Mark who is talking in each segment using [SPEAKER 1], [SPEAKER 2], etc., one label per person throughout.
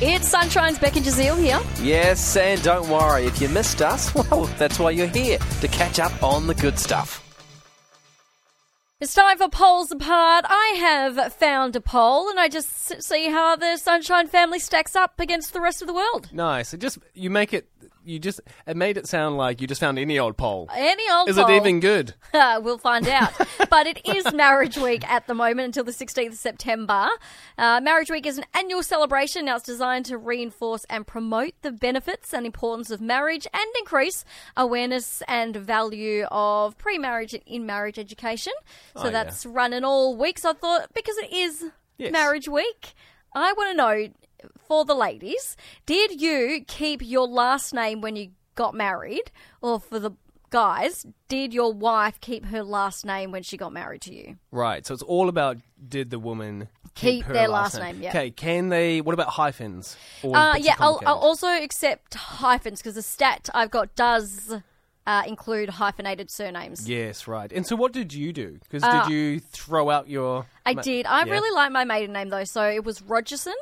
[SPEAKER 1] It's Sunshine's Becky Jazeel here.
[SPEAKER 2] Yes, and don't worry, if you missed us, well, that's why you're here, to catch up on the good stuff.
[SPEAKER 1] It's time for Polls Apart. I have found a poll and I just s- see how the Sunshine family stacks up against the rest of the world.
[SPEAKER 3] Nice. It just you make it. You just it made it sound like you just found any old poll.
[SPEAKER 1] Any old
[SPEAKER 3] Is
[SPEAKER 1] poll.
[SPEAKER 3] it even good?
[SPEAKER 1] Uh, we'll find out. but it is Marriage Week at the moment until the 16th of September. Uh, Marriage Week is an annual celebration. Now it's designed to reinforce and promote the benefits and importance of marriage and increase awareness and value of pre marriage and in marriage education. So
[SPEAKER 3] Oh, yeah.
[SPEAKER 1] that's running all week. So I thought, because it is
[SPEAKER 3] Yes.
[SPEAKER 1] Marriage Week, I want to know for the ladies did you keep your last name when you got married? Or for the guys, did your wife keep her last name when she got married to you?
[SPEAKER 3] Right. So it's all about did the woman
[SPEAKER 1] Keep
[SPEAKER 3] her
[SPEAKER 1] their last name, yeah.
[SPEAKER 3] Okay. Can they? What about hyphens? Or
[SPEAKER 1] Uh,
[SPEAKER 3] bits of
[SPEAKER 1] yeah, I'll, I'll
[SPEAKER 3] complicated?
[SPEAKER 1] also accept hyphens because the stat I've got does uh, include hyphenated surnames.
[SPEAKER 3] Yes. Right. And so what did you do? Because
[SPEAKER 1] Uh,
[SPEAKER 3] did you throw out your?
[SPEAKER 1] I
[SPEAKER 3] ma-
[SPEAKER 1] did. I
[SPEAKER 3] yeah.
[SPEAKER 1] really like my maiden name though, so it was Rogerson.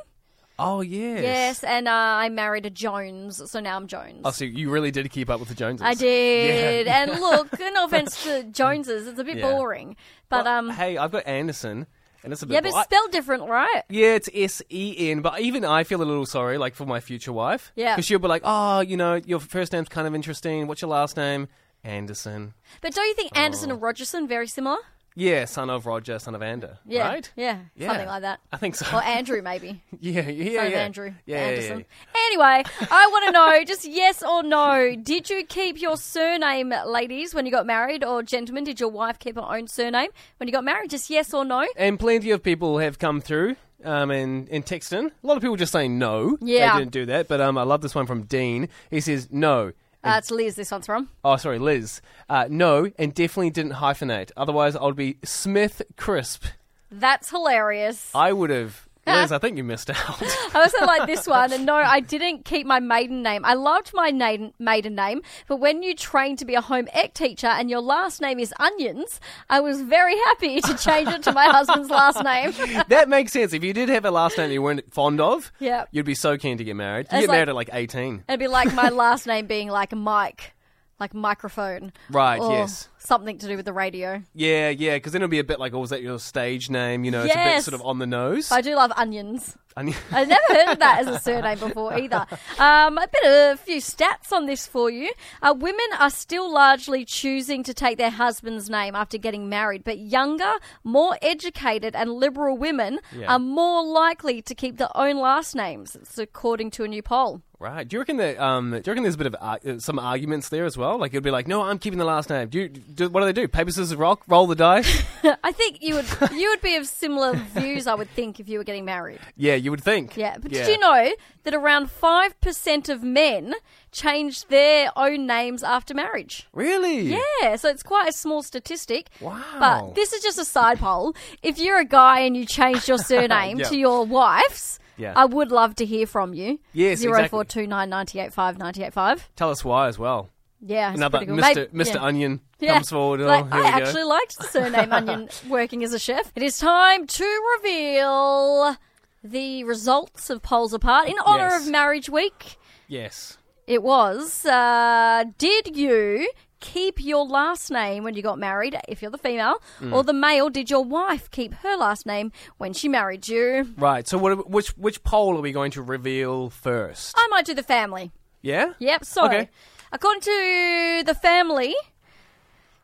[SPEAKER 3] Oh yes.
[SPEAKER 1] Yes, and uh, I married a Jones, so now I'm Jones.
[SPEAKER 3] Oh, so you really did keep up with the Joneses.
[SPEAKER 1] I did.
[SPEAKER 3] Yeah.
[SPEAKER 1] And look, no offense to Joneses, it's a bit
[SPEAKER 3] Yeah.
[SPEAKER 1] boring. But
[SPEAKER 3] Well,
[SPEAKER 1] um
[SPEAKER 3] hey, I've got Anderson, and it's a bit.
[SPEAKER 1] yeah, but
[SPEAKER 3] I-
[SPEAKER 1] it's spelled different, right?
[SPEAKER 3] Yeah, it's S E N. But even I feel a little sorry, like for my future wife.
[SPEAKER 1] Yeah.
[SPEAKER 3] because she'll be like, "Oh, you know, your first name's kind of interesting. What's your last name?" Anderson.
[SPEAKER 1] But don't you think
[SPEAKER 3] Oh.
[SPEAKER 1] Anderson and Rogerson very similar?
[SPEAKER 3] Yeah, son of Roger, son of Ander.
[SPEAKER 1] Yeah.
[SPEAKER 3] Right.
[SPEAKER 1] Yeah, something like that.
[SPEAKER 3] I think so.
[SPEAKER 1] Or Andrew maybe.
[SPEAKER 3] yeah, yeah, yeah.
[SPEAKER 1] Son of Andrew
[SPEAKER 3] Yeah, yeah,
[SPEAKER 1] Anderson.
[SPEAKER 3] yeah.
[SPEAKER 1] Anyway, I want to know just yes or no. Did you keep your surname, ladies, when you got married, or gentlemen, did your wife keep her own surname when you got married? Just yes or no.
[SPEAKER 3] And plenty of people have come through um, and, and texted. in. A lot of people just saying no.
[SPEAKER 1] Yeah.
[SPEAKER 3] They didn't do that. But um, I love this one from Dean. He says, no.
[SPEAKER 1] Uh, it's Liz. This one's from.
[SPEAKER 3] Oh, sorry, Liz. Uh, no, and definitely didn't hyphenate. Otherwise, I would be Smith Crisp.
[SPEAKER 1] That's hilarious.
[SPEAKER 3] I would have. Liz, I think you missed out.
[SPEAKER 1] I also like this one. And no, I didn't keep my maiden name. I loved my na- maiden name, but when you train to be a home ec teacher and your last name is Onions, I was very happy to change it to my husband's last name.
[SPEAKER 3] that makes sense. If you did have a last name you weren't fond of,
[SPEAKER 1] Yeah.
[SPEAKER 3] you'd be so keen to get married. You
[SPEAKER 1] It's
[SPEAKER 3] get married at
[SPEAKER 1] like-
[SPEAKER 3] like 18.
[SPEAKER 1] It'd be like my last name being like Mike, like microphone.
[SPEAKER 3] Right,
[SPEAKER 1] or
[SPEAKER 3] yes.
[SPEAKER 1] Something to do with the radio.
[SPEAKER 3] Yeah, yeah, because then it'll be a bit like, oh, was that your stage name? You know, it's a bit
[SPEAKER 1] Yes.
[SPEAKER 3] sort of on the nose.
[SPEAKER 1] I do love onions.
[SPEAKER 3] And-
[SPEAKER 1] I've never heard of that as a surname before either. Um, a bit of a few stats on this for you. Uh, women are still largely choosing to take their husband's name after getting married, but younger, more educated, and liberal women
[SPEAKER 3] Yeah.
[SPEAKER 1] are more likely to keep their own last names. It's according to a new poll.
[SPEAKER 3] Right. Do you reckon that? Um, do you reckon there's a bit of ar- uh, some arguments there as well? Like it'd be like, no, I'm keeping the last name. Do you? Do, what do they do? Paper, scissors, rock, roll the dice.
[SPEAKER 1] Uh, I think you would you would be of similar views, I would think, if you were getting married.
[SPEAKER 3] yeah, you would think.
[SPEAKER 1] Yeah, but did you know that around 5% of men changed their own names after marriage?
[SPEAKER 3] Really?
[SPEAKER 1] Yeah, so it's quite a small statistic.
[SPEAKER 3] Wow.
[SPEAKER 1] But this is just a side poll. If you're a guy and you changed your surname
[SPEAKER 3] Yeah.
[SPEAKER 1] to your wife's,
[SPEAKER 3] Yeah.
[SPEAKER 1] I would love to hear from you.
[SPEAKER 3] Yes, exactly.
[SPEAKER 1] 0429 985 985.
[SPEAKER 3] Tell us why as well.
[SPEAKER 1] Yeah, it's
[SPEAKER 3] Another
[SPEAKER 1] pretty good.
[SPEAKER 3] Mister
[SPEAKER 1] Maybe-
[SPEAKER 3] Mister
[SPEAKER 1] yeah.
[SPEAKER 3] Onion
[SPEAKER 1] Yeah.
[SPEAKER 3] comes forward. Oh,
[SPEAKER 1] Like,
[SPEAKER 3] here
[SPEAKER 1] I
[SPEAKER 3] we
[SPEAKER 1] actually liked the surname Onion working as a chef. It is time to reveal the results of Polls Apart in honour
[SPEAKER 3] Yes.
[SPEAKER 1] of Marriage Week.
[SPEAKER 3] go. Yes.
[SPEAKER 1] It was. Uh, did you keep your last name when you got married, if you're the female,
[SPEAKER 3] Mm.
[SPEAKER 1] or the male? Did your wife keep her last name when she married you?
[SPEAKER 3] Right. So what? Which which poll are we going to reveal first?
[SPEAKER 1] I might do the family.
[SPEAKER 3] yeah.
[SPEAKER 1] Uh, Yep, sorry.
[SPEAKER 3] Okay.
[SPEAKER 1] According to the family,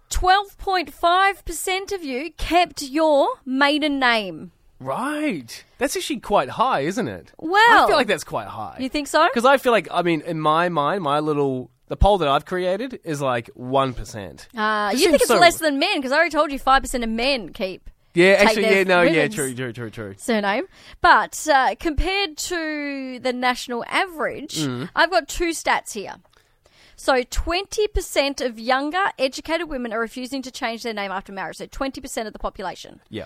[SPEAKER 1] 12.5% of you kept your maiden name.
[SPEAKER 3] Right. That's actually quite high, isn't it? I
[SPEAKER 1] Well-
[SPEAKER 3] feel like that's quite high.
[SPEAKER 1] You think so?
[SPEAKER 3] Because I feel like, I mean, in my mind, my little the poll that I've created is like one percent.
[SPEAKER 1] Uh,
[SPEAKER 3] It
[SPEAKER 1] you think
[SPEAKER 3] seems
[SPEAKER 1] it's
[SPEAKER 3] so-
[SPEAKER 1] less than men, because I already told you 5% of men keep.
[SPEAKER 3] Yeah,
[SPEAKER 1] take
[SPEAKER 3] actually,
[SPEAKER 1] their
[SPEAKER 3] yeah, no, yeah,
[SPEAKER 1] women's-
[SPEAKER 3] true, true, true, true.
[SPEAKER 1] surname. But uh, compared to the national average,
[SPEAKER 3] Mm.
[SPEAKER 1] I've got two stats here. So 20% of younger, educated women are refusing to change their name after marriage. So 20% of the population.
[SPEAKER 3] Yeah,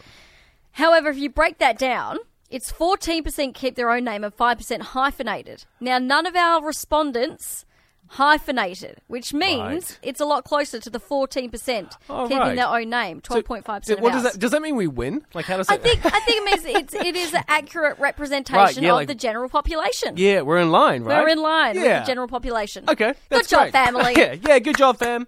[SPEAKER 1] However, if you break that down, it's 14% keep their own name and 5% hyphenated. Now, none of our respondents hyphenated, which means
[SPEAKER 3] Right.
[SPEAKER 1] it's a lot closer to the 14%
[SPEAKER 3] Oh,
[SPEAKER 1] keeping
[SPEAKER 3] right.
[SPEAKER 1] their own name, 12.5%
[SPEAKER 3] So,
[SPEAKER 1] of
[SPEAKER 3] what
[SPEAKER 1] ours.
[SPEAKER 3] does that does that mean? We win? Like how does
[SPEAKER 1] I
[SPEAKER 3] that?
[SPEAKER 1] think I think it means it's, it is an accurate representation
[SPEAKER 3] Right, yeah,
[SPEAKER 1] of
[SPEAKER 3] like-
[SPEAKER 1] the general population.
[SPEAKER 3] yeah, we're in line, right?
[SPEAKER 1] We're in line
[SPEAKER 3] Yeah.
[SPEAKER 1] with the general population.
[SPEAKER 3] Okay, that's
[SPEAKER 1] good job,
[SPEAKER 3] great.
[SPEAKER 1] family.
[SPEAKER 3] yeah, yeah, good job, fam.